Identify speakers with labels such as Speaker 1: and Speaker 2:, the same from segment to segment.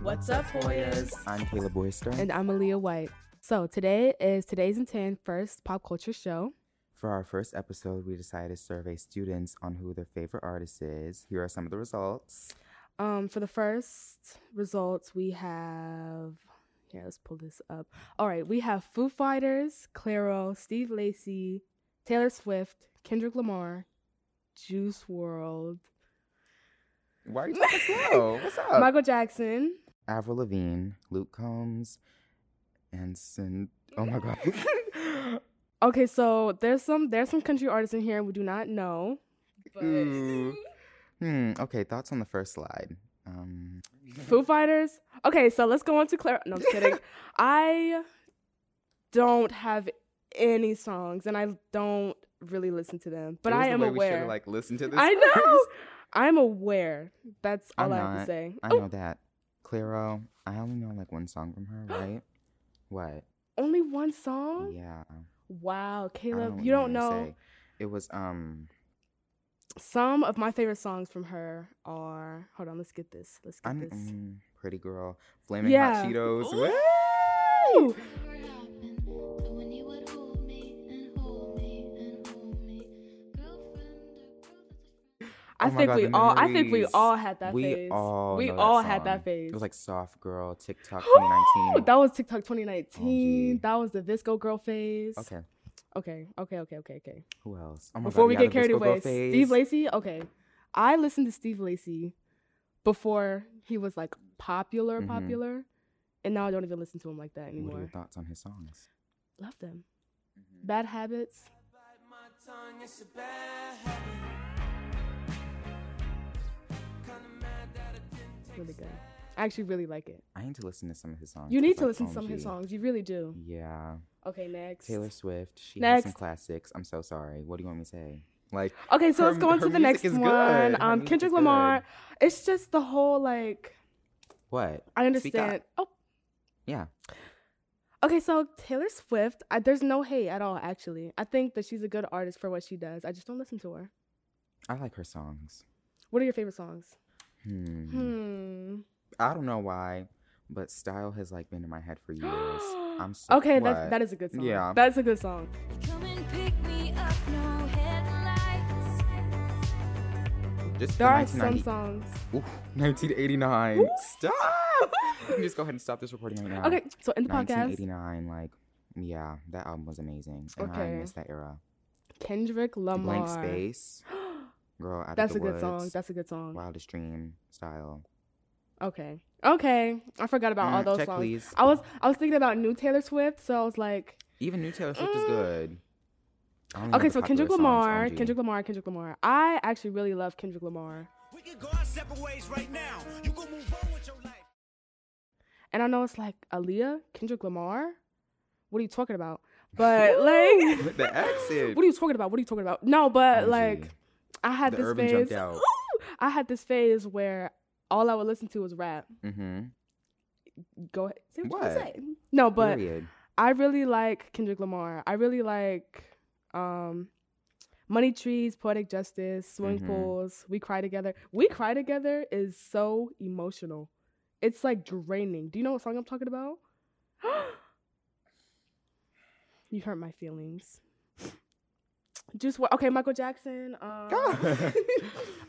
Speaker 1: What's up, Hoyas?
Speaker 2: I'm Caleb Boyster.
Speaker 1: And I'm Aaliyah White. So today is today's and 10 first pop culture show.
Speaker 2: For our first episode, we decided to survey students on who their favorite artist is. Here are some of the results.
Speaker 1: Um, for the first results, we have here. Let's pull this up. All right, we have Foo Fighters, Clairo, Steve Lacy, Taylor Swift, Kendrick Lamar, Juice World,
Speaker 2: Why are you talking slow? What's up?
Speaker 1: Michael Jackson.
Speaker 2: Avril Lavigne, Luke Combs, and Sin- oh my god.
Speaker 1: Okay, so there's some there's some country artists in here we do not know. But
Speaker 2: Ooh. hmm. Okay. Thoughts on the first slide. Um.
Speaker 1: Foo Fighters. Okay, so let's go on to Claire. No, I'm just kidding. I don't have any songs, and I don't really listen to them. But
Speaker 2: it was
Speaker 1: I
Speaker 2: the
Speaker 1: am
Speaker 2: way We
Speaker 1: aware.
Speaker 2: should like listen to this.
Speaker 1: I know.
Speaker 2: first.
Speaker 1: I'm aware. That's all
Speaker 2: I'm
Speaker 1: I have to
Speaker 2: not.
Speaker 1: say.
Speaker 2: I
Speaker 1: Oh,
Speaker 2: know that. Clairo. I only know like one song from her, right? what?
Speaker 1: only one song.
Speaker 2: Yeah. I
Speaker 1: Wow, Caleb,
Speaker 2: what
Speaker 1: you don't
Speaker 2: wanna
Speaker 1: know.
Speaker 2: say. It was um.
Speaker 1: Some of my favorite songs from her are. Hold on, let's get this. Let's get
Speaker 2: I'm
Speaker 1: this.
Speaker 2: mm, pretty girl. Flaming
Speaker 1: Yeah.
Speaker 2: hot Cheetos.
Speaker 1: Ooh.
Speaker 2: What?
Speaker 1: Ooh. I
Speaker 2: Oh my
Speaker 1: think
Speaker 2: God,
Speaker 1: we
Speaker 2: the
Speaker 1: all. I think we
Speaker 2: memories.
Speaker 1: all had that
Speaker 2: we
Speaker 1: phase.
Speaker 2: all.
Speaker 1: we
Speaker 2: know that
Speaker 1: all had
Speaker 2: song.
Speaker 1: that phase.
Speaker 2: It was like soft girl TikTok
Speaker 1: Ooh,
Speaker 2: 2019.
Speaker 1: that was TikTok 2019.
Speaker 2: OMG.
Speaker 1: That was the Visco girl phase.
Speaker 2: Oh, okay.
Speaker 1: Okay. Okay. Okay. Okay. Okay.
Speaker 2: Who else? Oh my
Speaker 1: Before
Speaker 2: God,
Speaker 1: we
Speaker 2: yeah,
Speaker 1: get
Speaker 2: the
Speaker 1: carried
Speaker 2: Bisco Girl
Speaker 1: away,
Speaker 2: phase.
Speaker 1: Steve Lacy. Okay. I listened to Steve Lacy before he was like popular,
Speaker 2: Mhm.
Speaker 1: popular, and now I don't even listen to him like that
Speaker 2: What are your
Speaker 1: anymore.
Speaker 2: thoughts on his songs?
Speaker 1: Love them.
Speaker 2: Mm-hmm.
Speaker 1: Bad habits. Really good. I actually really like it.
Speaker 2: I need to listen to some of his songs.
Speaker 1: You
Speaker 2: 'cause,
Speaker 1: need to
Speaker 2: like, Mm-hmm.
Speaker 1: listen to some of his
Speaker 2: OMG.
Speaker 1: songs. You really do.
Speaker 2: Yeah.
Speaker 1: Okay, next.
Speaker 2: Taylor Swift. She has some
Speaker 1: Next.
Speaker 2: classics. I'm so sorry. What do you want me to say? Like,
Speaker 1: Okay, so
Speaker 2: Her-
Speaker 1: let's go on
Speaker 2: her
Speaker 1: to the
Speaker 2: music
Speaker 1: next
Speaker 2: is
Speaker 1: one.
Speaker 2: good. Her
Speaker 1: Um,
Speaker 2: music
Speaker 1: Kendrick
Speaker 2: is
Speaker 1: Lamar. It's just the whole like
Speaker 2: what?
Speaker 1: I
Speaker 2: Speak up.
Speaker 1: understand. Oh,
Speaker 2: Yeah.
Speaker 1: okay. So Taylor Swift. I, there's no hate at all. Actually, I think that she's a good artist for what she does. I just don't listen to her.
Speaker 2: I like her songs.
Speaker 1: What are your favorite songs?
Speaker 2: Hmm.
Speaker 1: Hmm.
Speaker 2: I don't know why, but style has like been in my head for years. I'm so
Speaker 1: Okay, that's
Speaker 2: what?
Speaker 1: that is a good song.
Speaker 2: Yeah.
Speaker 1: that's a good song.
Speaker 3: Come and pick me up, no headlights.
Speaker 2: Just
Speaker 1: There
Speaker 2: the
Speaker 1: are some
Speaker 2: 1990
Speaker 1: songs.
Speaker 2: Ooh, 1989.
Speaker 1: Ooh.
Speaker 2: Stop! you can just go ahead and stop this recording right now.
Speaker 1: Okay, so in the podcast,
Speaker 2: 1989, like, yeah, that album was amazing. And I
Speaker 1: Okay.
Speaker 2: miss that era.
Speaker 1: Kendrick Lamar.
Speaker 2: Blank Space, Girl Out
Speaker 1: that's
Speaker 2: of
Speaker 1: a
Speaker 2: the
Speaker 1: good
Speaker 2: Woods.
Speaker 1: song. That's a good song.
Speaker 2: Wildest Dream style.
Speaker 1: Okay. Okay. I forgot about all
Speaker 2: Mm,
Speaker 1: those
Speaker 2: check,
Speaker 1: songs.
Speaker 2: please.
Speaker 1: I was I was thinking about new Taylor Swift, so I was like,
Speaker 2: Even new Taylor Swift is
Speaker 1: Mm.
Speaker 2: good. I only know
Speaker 1: okay,
Speaker 2: the
Speaker 1: so Kendrick
Speaker 2: popular songs,
Speaker 1: Lamar,
Speaker 2: OMG.
Speaker 1: Kendrick Lamar, Kendrick Lamar. I actually really love Kendrick Lamar,
Speaker 4: We can go our separate ways right now. You can move on with your life.
Speaker 1: and I know it's like Aaliyah, Kendrick Lamar. What are you talking about? But like,
Speaker 2: With the accent.
Speaker 1: what are you talking about? What are you talking about? No, but
Speaker 2: OMG.
Speaker 1: like, I had
Speaker 2: The
Speaker 1: this
Speaker 2: urban
Speaker 1: phase.
Speaker 2: jumped out.
Speaker 1: I had this phase where all I would listen to was rap.
Speaker 2: Mm-hmm.
Speaker 1: Go ahead, say what, you
Speaker 2: What?
Speaker 1: wanna say. No, but
Speaker 2: Period.
Speaker 1: I really like Kendrick Lamar. I really like um Money Trees, Poetic Justice, Swimming
Speaker 2: Mhm.
Speaker 1: Pools, We Cry Together. We Cry Together is so emotional. It's like draining. Do you know what song I'm talking about? you hurt my feelings. Just what okay, Michael Jackson. Um,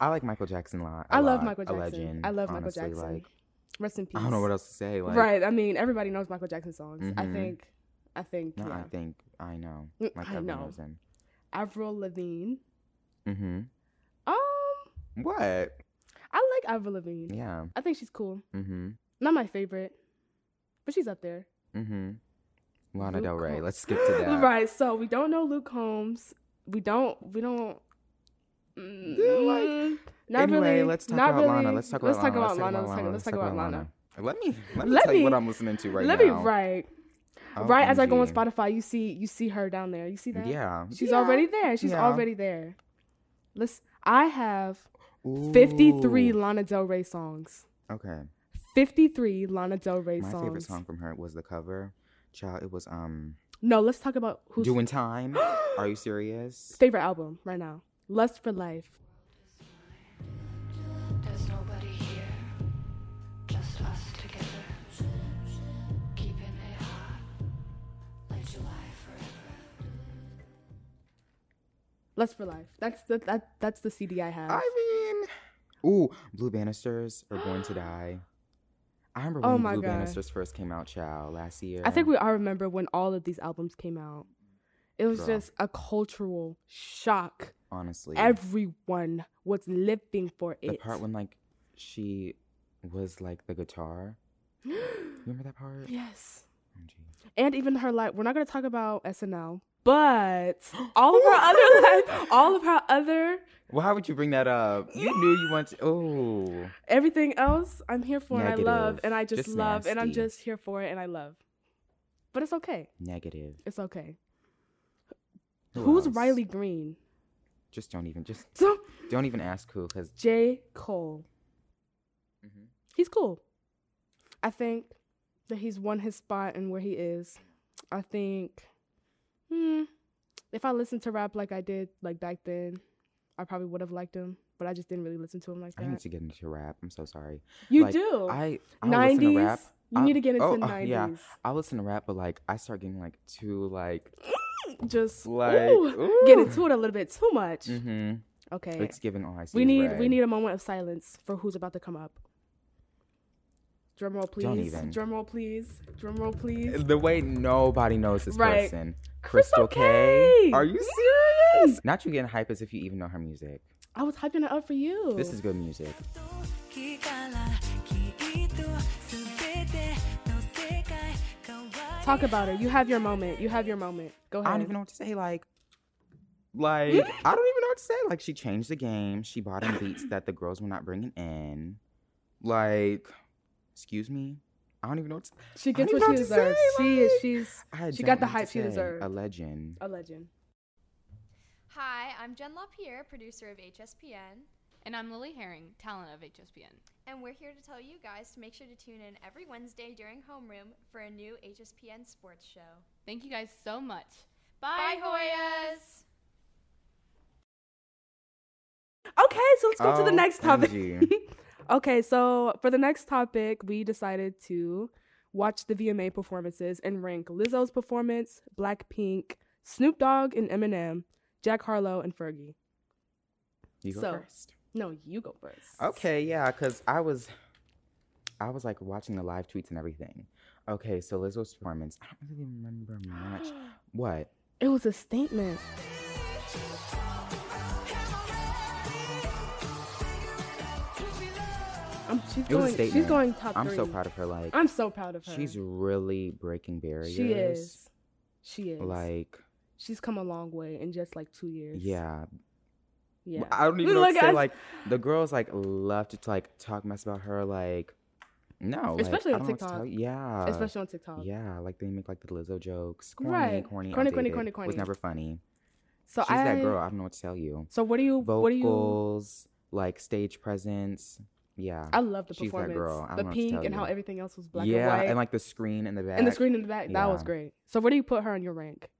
Speaker 2: I like Michael Jackson a lot. I
Speaker 1: I love
Speaker 2: lot.
Speaker 1: Michael Jackson.
Speaker 2: A legend.
Speaker 1: I love
Speaker 2: honestly,
Speaker 1: Michael Jackson.
Speaker 2: Like,
Speaker 1: Rest in peace.
Speaker 2: I don't know what else to say. Like,
Speaker 1: right. I mean, everybody knows Michael Jackson songs. I
Speaker 2: Mhm.
Speaker 1: think I think
Speaker 2: No,
Speaker 1: yeah.
Speaker 2: I think I know.
Speaker 1: Mm,
Speaker 2: Like
Speaker 1: I
Speaker 2: everyone
Speaker 1: know.
Speaker 2: knows him.
Speaker 1: Avril Lavigne.
Speaker 2: Mm-hmm.
Speaker 1: Um,
Speaker 2: What?
Speaker 1: I like Avril Lavigne.
Speaker 2: Yeah.
Speaker 1: I think she's cool.
Speaker 2: Mm-hmm.
Speaker 1: Not my favorite, but she's up there.
Speaker 2: Mm-hmm. Lana
Speaker 1: Luke
Speaker 2: Del Rey.
Speaker 1: Combs.
Speaker 2: Let's skip to that.
Speaker 1: right. So we don't know Luke Holmes. We don't. We don't.
Speaker 2: Yeah,
Speaker 1: Mm, not
Speaker 2: anyway,
Speaker 1: really.
Speaker 2: let's talk
Speaker 1: not
Speaker 2: about Lana.
Speaker 1: really.
Speaker 2: Let's talk about
Speaker 1: let's
Speaker 2: Lana.
Speaker 1: Talk about Lana. Let's talk Let's talk about Lana.
Speaker 2: Let me let me
Speaker 1: Let
Speaker 2: tell you what
Speaker 1: me-
Speaker 2: I'm listening to right
Speaker 1: Let
Speaker 2: now. Oh,
Speaker 1: me right. Right as I go on
Speaker 2: OMG.
Speaker 1: Spotify, you see you see her down there. You see that?
Speaker 2: Yeah.
Speaker 1: She's
Speaker 2: Yeah.
Speaker 1: already there. She's
Speaker 2: Yeah.
Speaker 1: already there. Let's. I have
Speaker 2: Ooh.
Speaker 1: 53 Lana Del Rey songs.
Speaker 2: Okay.
Speaker 1: 53 Lana Del Rey
Speaker 2: My
Speaker 1: songs.
Speaker 2: favorite song from her was the cover. Child, it was um
Speaker 1: No, let's talk about who's
Speaker 2: Doing Time. Are you serious?
Speaker 1: favorite album right now. Lust for Life.
Speaker 3: There's nobody here, just us together.
Speaker 1: Lust for Life. That's the that that's the CD I have.
Speaker 2: I mean, ooh, Blue Bannisters or Born to Die. I remember when
Speaker 1: Oh my
Speaker 2: Blue
Speaker 1: God.
Speaker 2: Bannisters first came out, child, last year.
Speaker 1: I think we all remember when all of these albums came out. It was
Speaker 2: Girl.
Speaker 1: just a cultural shock.
Speaker 2: honestly
Speaker 1: Everyone was living for it.
Speaker 2: the part when like she was like the guitar. Remember that part? Oh,
Speaker 1: yes.
Speaker 2: OMG.
Speaker 1: And even her life. We're not going to talk about SNL, but all of her other life, all of her other
Speaker 2: Why would you bring that up? You knew you wanted. Oh,
Speaker 1: everything else I'm here for and I love
Speaker 2: Negative.
Speaker 1: and I just,
Speaker 2: Just
Speaker 1: love and I'm
Speaker 2: nasty.
Speaker 1: just here for it and I love. But it's okay.
Speaker 2: negative.
Speaker 1: It's okay.
Speaker 2: Who
Speaker 1: Who's
Speaker 2: else?
Speaker 1: Riley Green?
Speaker 2: Just don't even. Just
Speaker 1: So
Speaker 2: don't even ask who, because
Speaker 1: J. Cole.
Speaker 2: Mhm.
Speaker 1: He's cool. I think that he's won his spot and where he is. I think hmm, if I listened to rap like I did like back then, I probably would have liked him. But I just didn't really listen to him like
Speaker 2: I need
Speaker 1: that.
Speaker 2: to get into rap. I'm so sorry.
Speaker 1: You
Speaker 2: like,
Speaker 1: do.
Speaker 2: I I will listen to
Speaker 1: Nineties.
Speaker 2: rap.
Speaker 1: You
Speaker 2: I-
Speaker 1: need to get into
Speaker 2: oh, uh,
Speaker 1: nineties.
Speaker 2: yeah. I listen to rap, but like I start getting like too like
Speaker 1: Just
Speaker 2: Like,
Speaker 1: ooh, get
Speaker 2: ooh.
Speaker 1: into it a little bit too much.
Speaker 2: mm-hmm.
Speaker 1: Okay.
Speaker 2: It's giving all I see.
Speaker 1: we
Speaker 2: is
Speaker 1: need
Speaker 2: red.
Speaker 1: we need a moment of silence for who's about to come up. Drum roll, please.
Speaker 2: Don't even.
Speaker 1: Drum roll, please. Drum roll, please.
Speaker 2: the way nobody knows this
Speaker 1: Right.
Speaker 2: person. Crystal
Speaker 1: Crystal
Speaker 2: K.
Speaker 1: K.
Speaker 2: Are you serious? Not you getting hype as if you even know her music.
Speaker 1: I was hyping it up for you.
Speaker 2: This is good music.
Speaker 3: 時からきっと全ての世界変わり
Speaker 1: Talk about it. You have your moment. You have your moment. Go
Speaker 2: I
Speaker 1: ahead.
Speaker 2: don't even know what to say. Like, like I don't even know
Speaker 1: Mm.
Speaker 2: what to say. Like, she changed the game. She bought in beats that the girls were not bringing in. Like, excuse me. I don't even know what to.
Speaker 1: She
Speaker 2: I don't
Speaker 1: gets
Speaker 2: even
Speaker 1: what she
Speaker 2: know what to say,
Speaker 1: deserves. she is.
Speaker 2: like-
Speaker 1: She's
Speaker 2: I
Speaker 1: She
Speaker 2: don't
Speaker 1: got the
Speaker 2: know what to
Speaker 1: hype she
Speaker 2: say.
Speaker 1: deserved.
Speaker 2: A legend.
Speaker 1: a legend.
Speaker 5: Hi, I'm Jen LaPierre, producer of HSPN,
Speaker 6: And I'm Lily Herring, talent of HSPN.
Speaker 5: and we're here to tell you guys to make sure to tune in every Wednesday during homeroom for a new HSPN sports show.
Speaker 6: Thank you guys so much.
Speaker 5: Bye,
Speaker 6: Bye,
Speaker 5: Hoyas!
Speaker 1: Okay, so let's go to
Speaker 2: Oh,
Speaker 1: the next topic.
Speaker 2: OMG.
Speaker 1: okay, so for the next topic, we decided to watch the VMA performances and rank Lizzo's performance, Blackpink, Snoop Dogg and Eminem, Jack Harlow and Fergie.
Speaker 2: You go
Speaker 1: So-
Speaker 2: first.
Speaker 1: No, you go first.
Speaker 2: Okay, yeah, because I was, I was like watching the live tweets and everything. Okay, so Lizzo's performance. I don't really remember much. What?
Speaker 1: It was a statement. Um, she's
Speaker 2: It was
Speaker 1: going.
Speaker 2: a
Speaker 1: She's
Speaker 2: statement.
Speaker 1: going top
Speaker 2: I'm
Speaker 1: three.
Speaker 2: so proud of her. Like,
Speaker 1: I'm so proud of her.
Speaker 2: she's really breaking barriers.
Speaker 1: She is. She is.
Speaker 2: Like,
Speaker 1: she's come a long way in just like two years.
Speaker 2: yeah.
Speaker 1: Yeah.
Speaker 2: I don't even know what to
Speaker 1: Like,
Speaker 2: say.
Speaker 1: I-
Speaker 2: Like, the girls like love to like talk mess about her. Like, no, like,
Speaker 1: Especially
Speaker 2: I
Speaker 1: on
Speaker 2: don't know what to
Speaker 1: TikTok.
Speaker 2: tell you. Yeah,
Speaker 1: Especially on TikTok.
Speaker 2: uh, yeah. Like they make like the Lizzo jokes. Corny,
Speaker 1: Right.
Speaker 2: corny,
Speaker 1: Corny, corny,
Speaker 2: outdated.
Speaker 1: corny, corny.
Speaker 2: Was never funny.
Speaker 1: So
Speaker 2: She's
Speaker 1: I.
Speaker 2: that girl. I don't know what to tell you.
Speaker 1: So what do you? What do you?
Speaker 2: vocals, like stage presence. Yeah.
Speaker 1: I love the
Speaker 2: She's that
Speaker 1: performance.
Speaker 2: girl. I don't
Speaker 1: the
Speaker 2: know what to
Speaker 1: pink
Speaker 2: tell
Speaker 1: and how
Speaker 2: you.
Speaker 1: everything else was black
Speaker 2: yeah,
Speaker 1: and white.
Speaker 2: and like the screen in the back.
Speaker 1: And the screen in the back. That was
Speaker 2: Yeah. Mm.
Speaker 1: great. So where do you put her in your rank?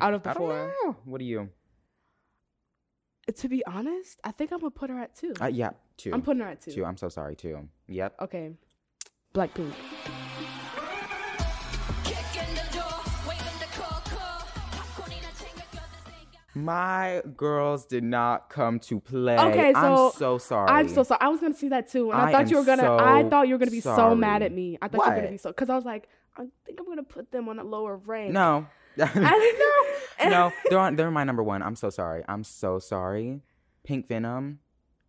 Speaker 1: Out of the
Speaker 2: I don't
Speaker 1: four. Uh,
Speaker 2: know. What do you?
Speaker 1: To be honest, I think I'm gonna put her at two.
Speaker 2: Uh, yeah, 2
Speaker 1: I'm putting her at
Speaker 2: 2 two. I'm so sorry. Two. Yep.
Speaker 1: Okay. Blackpink.
Speaker 2: My girls did not come to play.
Speaker 1: Okay,
Speaker 2: I'm
Speaker 1: so
Speaker 2: so sorry.
Speaker 1: I'm so sorry. I was gonna see that too, and I,
Speaker 2: I
Speaker 1: thought you
Speaker 2: am
Speaker 1: were gonna. I
Speaker 2: so
Speaker 1: thought you were gonna be so mad
Speaker 2: sorry.
Speaker 1: at me. I thought you were gonna
Speaker 2: What?
Speaker 1: be so because I was like, I think I'm gonna put them on a lower rank.
Speaker 2: No.
Speaker 1: I know.
Speaker 2: no, they're on, they're my number one. I'm so sorry. I'm so sorry. Pink Venom.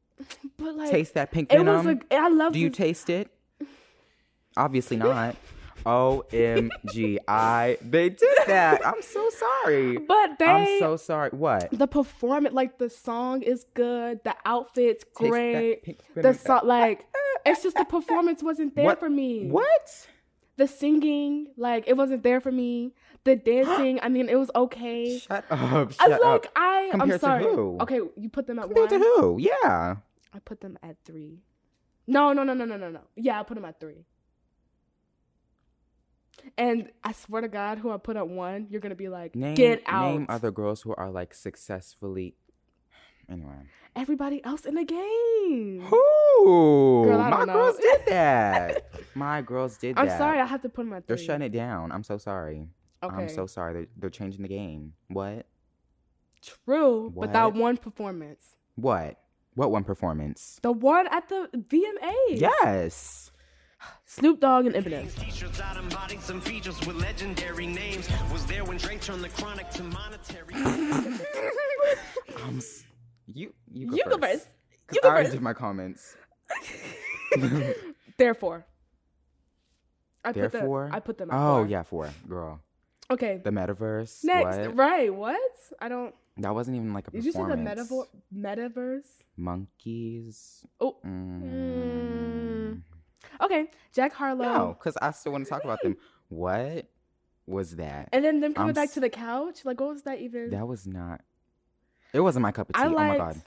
Speaker 1: but like,
Speaker 2: taste that pink
Speaker 1: it
Speaker 2: venom.
Speaker 1: was like I love.
Speaker 2: Do you
Speaker 1: this-
Speaker 2: taste it? Obviously not. OMG. I they did that. I'm so sorry.
Speaker 1: but they
Speaker 2: I'm so sorry. What?
Speaker 1: the performance, like the song is good, the outfit's
Speaker 2: that
Speaker 1: great,
Speaker 2: pink
Speaker 1: the
Speaker 2: venom.
Speaker 1: song, like it's just the performance wasn't there
Speaker 2: What-
Speaker 1: for me.
Speaker 2: What?
Speaker 1: the singing, like it wasn't there for me. The dancing, I mean, it was okay.
Speaker 2: Shut up.
Speaker 1: I
Speaker 2: Shut
Speaker 1: like
Speaker 2: up.
Speaker 1: I. I'm
Speaker 2: Compared to
Speaker 1: sorry.
Speaker 2: who?
Speaker 1: Okay, you put them at
Speaker 2: Compared to
Speaker 1: one.
Speaker 2: who? Yeah.
Speaker 1: I put them at three. No, no, no, no, no, no, no. Yeah, I put them at three. And I swear to God, who I put at one, you're gonna be like,
Speaker 2: Name
Speaker 1: get out.
Speaker 2: name other girls who are like successfully anyway.
Speaker 1: Everybody else in the game.
Speaker 2: Who?
Speaker 1: Girl, I
Speaker 2: My
Speaker 1: don't know.
Speaker 2: girls did that. My girls did
Speaker 1: I'm
Speaker 2: that.
Speaker 1: sorry, I have to put them at three.
Speaker 2: They're shutting it down. I'm so sorry.
Speaker 1: Okay.
Speaker 2: I'm so sorry. They're, they're changing the game. What?
Speaker 1: True, but that
Speaker 2: What?
Speaker 1: one performance.
Speaker 2: What? What one performance?
Speaker 1: The one at the VMAs.
Speaker 2: Yes.
Speaker 1: Snoop Dogg and Eminem.
Speaker 4: T-shirts out embodying some features with legendary names. Was there when Drake turned the chronic to monetary.
Speaker 2: Um, s- you you go
Speaker 1: You go
Speaker 2: first.
Speaker 1: first.
Speaker 2: 'Cause
Speaker 1: You go
Speaker 2: I already
Speaker 1: first.
Speaker 2: did my comments.
Speaker 1: Therefore. I
Speaker 2: Therefore.
Speaker 1: put the, I put them at
Speaker 2: Oh
Speaker 1: four.
Speaker 2: yeah, four girl.
Speaker 1: Okay.
Speaker 2: The metaverse.
Speaker 1: Next.
Speaker 2: what?
Speaker 1: Right. What? I don't
Speaker 2: That wasn't even like a
Speaker 1: Did you say the
Speaker 2: performance.
Speaker 1: metaver- metaverse?
Speaker 2: Monkeys.
Speaker 1: Oh.
Speaker 2: Mm.
Speaker 1: Okay. Jack Harlow.
Speaker 2: No, because I still want to talk about them. What was that?
Speaker 1: And then them coming
Speaker 2: I'm
Speaker 1: back
Speaker 2: s-
Speaker 1: to the couch. Like, what was that even?
Speaker 2: that was not. It wasn't my cup of tea.
Speaker 1: I liked.
Speaker 2: oh my god.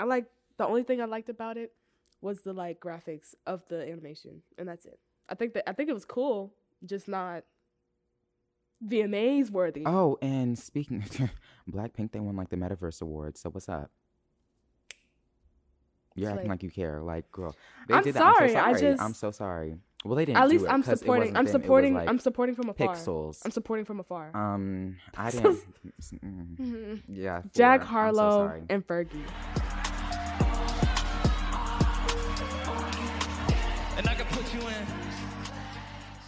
Speaker 1: I liked. The only thing I liked about it was the like graphics of the animation, and that's it. I think that I think it was cool, just not VMAs worthy.
Speaker 2: Oh, and speaking of Blackpink, they won like the Metaverse Award. So what's up? You're
Speaker 1: It's
Speaker 2: acting
Speaker 1: like-
Speaker 2: like you care, like girl. They
Speaker 1: I'm
Speaker 2: did
Speaker 1: sorry,
Speaker 2: that.
Speaker 1: I
Speaker 2: I'm so sorry. I'm
Speaker 1: just-
Speaker 2: so sorry. Well, they didn't.
Speaker 1: At
Speaker 2: do
Speaker 1: least
Speaker 2: it
Speaker 1: I'm
Speaker 2: 'cause it
Speaker 1: supporting.
Speaker 2: wasn't
Speaker 1: I'm
Speaker 2: them, it was,
Speaker 1: supporting.
Speaker 2: like,
Speaker 1: I'm supporting from afar.
Speaker 2: Pixels.
Speaker 1: I'm supporting from afar.
Speaker 2: um, I didn't. mm,
Speaker 1: Mhm.
Speaker 2: yeah.
Speaker 1: Jack
Speaker 2: four. I'm so
Speaker 1: Harlow
Speaker 2: sorry.
Speaker 1: and Fergie.
Speaker 4: and I can put you in.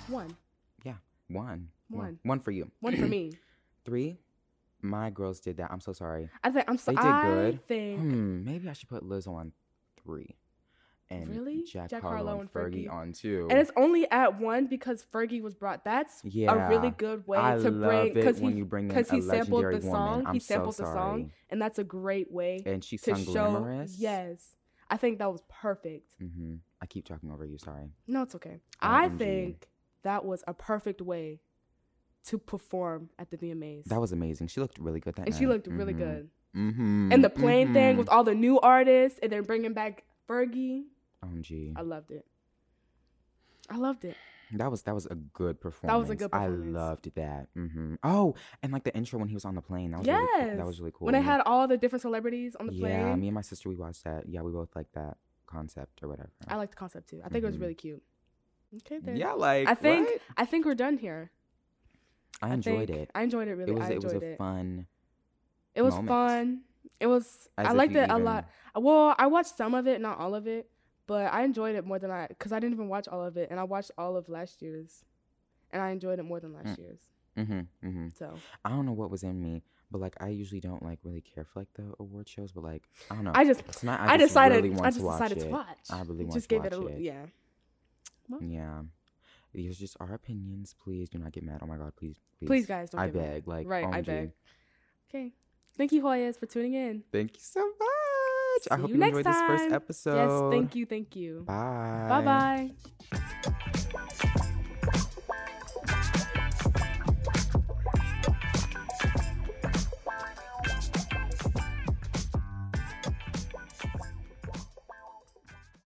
Speaker 1: One.
Speaker 2: Yeah, one.
Speaker 1: One.
Speaker 2: One for you.
Speaker 1: One for me.
Speaker 2: Three. My girls did that. I'm so sorry.
Speaker 1: I think I'm so.
Speaker 2: They did
Speaker 1: I
Speaker 2: good.
Speaker 1: think
Speaker 2: Hmm, maybe I should put Liz on three. And
Speaker 1: Really?
Speaker 2: Jack,
Speaker 1: Jack
Speaker 2: Harlow,
Speaker 1: Harlow
Speaker 2: and
Speaker 1: and
Speaker 2: Fergie,
Speaker 1: Fergie.
Speaker 2: on two.
Speaker 1: And it's only at one because Fergie was brought. That's a really
Speaker 2: Yeah.
Speaker 1: good way
Speaker 2: I
Speaker 1: to bring
Speaker 2: love it
Speaker 1: because
Speaker 2: when
Speaker 1: he
Speaker 2: you bring in
Speaker 1: because
Speaker 2: a
Speaker 1: he sampled the
Speaker 2: legendary woman.
Speaker 1: song. he
Speaker 2: I'm so
Speaker 1: sampled the song,
Speaker 2: sorry.
Speaker 1: and that's a great way
Speaker 2: And she
Speaker 1: to
Speaker 2: sung
Speaker 1: show.
Speaker 2: Glamorous.
Speaker 1: Yes, I think that was perfect.
Speaker 2: hmm I keep talking over you. Sorry.
Speaker 1: No, it's okay.
Speaker 2: Oh,
Speaker 1: I
Speaker 2: OMG.
Speaker 1: think that was a perfect way to perform at the VMAs,
Speaker 2: That was amazing. She looked really good that
Speaker 1: and she looked really good.
Speaker 2: Mm-hmm.
Speaker 1: And the plane thing with all the new artists, and then bringing back Fergie.
Speaker 2: OMG.
Speaker 1: I loved it. I loved it.
Speaker 2: That was that was a good performance.
Speaker 1: That was a good performance.
Speaker 2: I loved that. hmm Oh, and like the intro when he was on the plane. That was really cool.
Speaker 1: Yes.
Speaker 2: that was really cool.
Speaker 1: When I
Speaker 2: Me-
Speaker 1: had all the different celebrities on the plane.
Speaker 2: Yeah, me and my sister we watched that. Yeah, we both liked that concept or whatever.
Speaker 1: I like the concept too. I think it was
Speaker 2: Mhm.
Speaker 1: really cute. Okay, then.
Speaker 2: yeah, like
Speaker 1: I think
Speaker 2: what?
Speaker 1: I think we're done here.
Speaker 2: I enjoyed
Speaker 1: think-
Speaker 2: it.
Speaker 1: I enjoyed it really.
Speaker 2: it was
Speaker 1: I
Speaker 2: it was
Speaker 1: enjoyed
Speaker 2: a
Speaker 1: it.
Speaker 2: fun.
Speaker 1: it was
Speaker 2: moment.
Speaker 1: fun. It was.
Speaker 2: As
Speaker 1: I
Speaker 2: if
Speaker 1: liked
Speaker 2: you
Speaker 1: it a lot. Well, I watched some of it, not all of it, but I enjoyed it more than I because I didn't even watch all of it, and I watched all of last year's, and I enjoyed it more than last year's.
Speaker 2: hmm hmm
Speaker 1: So
Speaker 2: I don't know what was in me, but like I usually don't like really care for like the award shows, but like I don't know.
Speaker 1: I just
Speaker 2: Tonight,
Speaker 1: I,
Speaker 2: just
Speaker 1: decided
Speaker 2: really want
Speaker 1: I just
Speaker 2: to watch
Speaker 1: decided
Speaker 2: it.
Speaker 1: to watch.
Speaker 2: I really want
Speaker 1: just
Speaker 2: to
Speaker 1: gave
Speaker 2: watch
Speaker 1: it a little
Speaker 2: it.
Speaker 1: yeah.
Speaker 2: Yeah. These are just our opinions. Please do not get mad. Oh my god, please, please,
Speaker 1: Please, guys, don't
Speaker 2: I
Speaker 1: get mad.
Speaker 2: beg. Like,
Speaker 1: right, I
Speaker 2: OMG.
Speaker 1: beg. Okay, thank you, Hoyas, for tuning in.
Speaker 2: Thank you so much. I
Speaker 1: See
Speaker 2: hope
Speaker 1: you
Speaker 2: you, enjoyed
Speaker 1: next
Speaker 2: this
Speaker 1: time.
Speaker 2: first
Speaker 1: Yes,
Speaker 2: episode.
Speaker 1: thank you, thank you.
Speaker 2: Bye.
Speaker 1: Bye bye.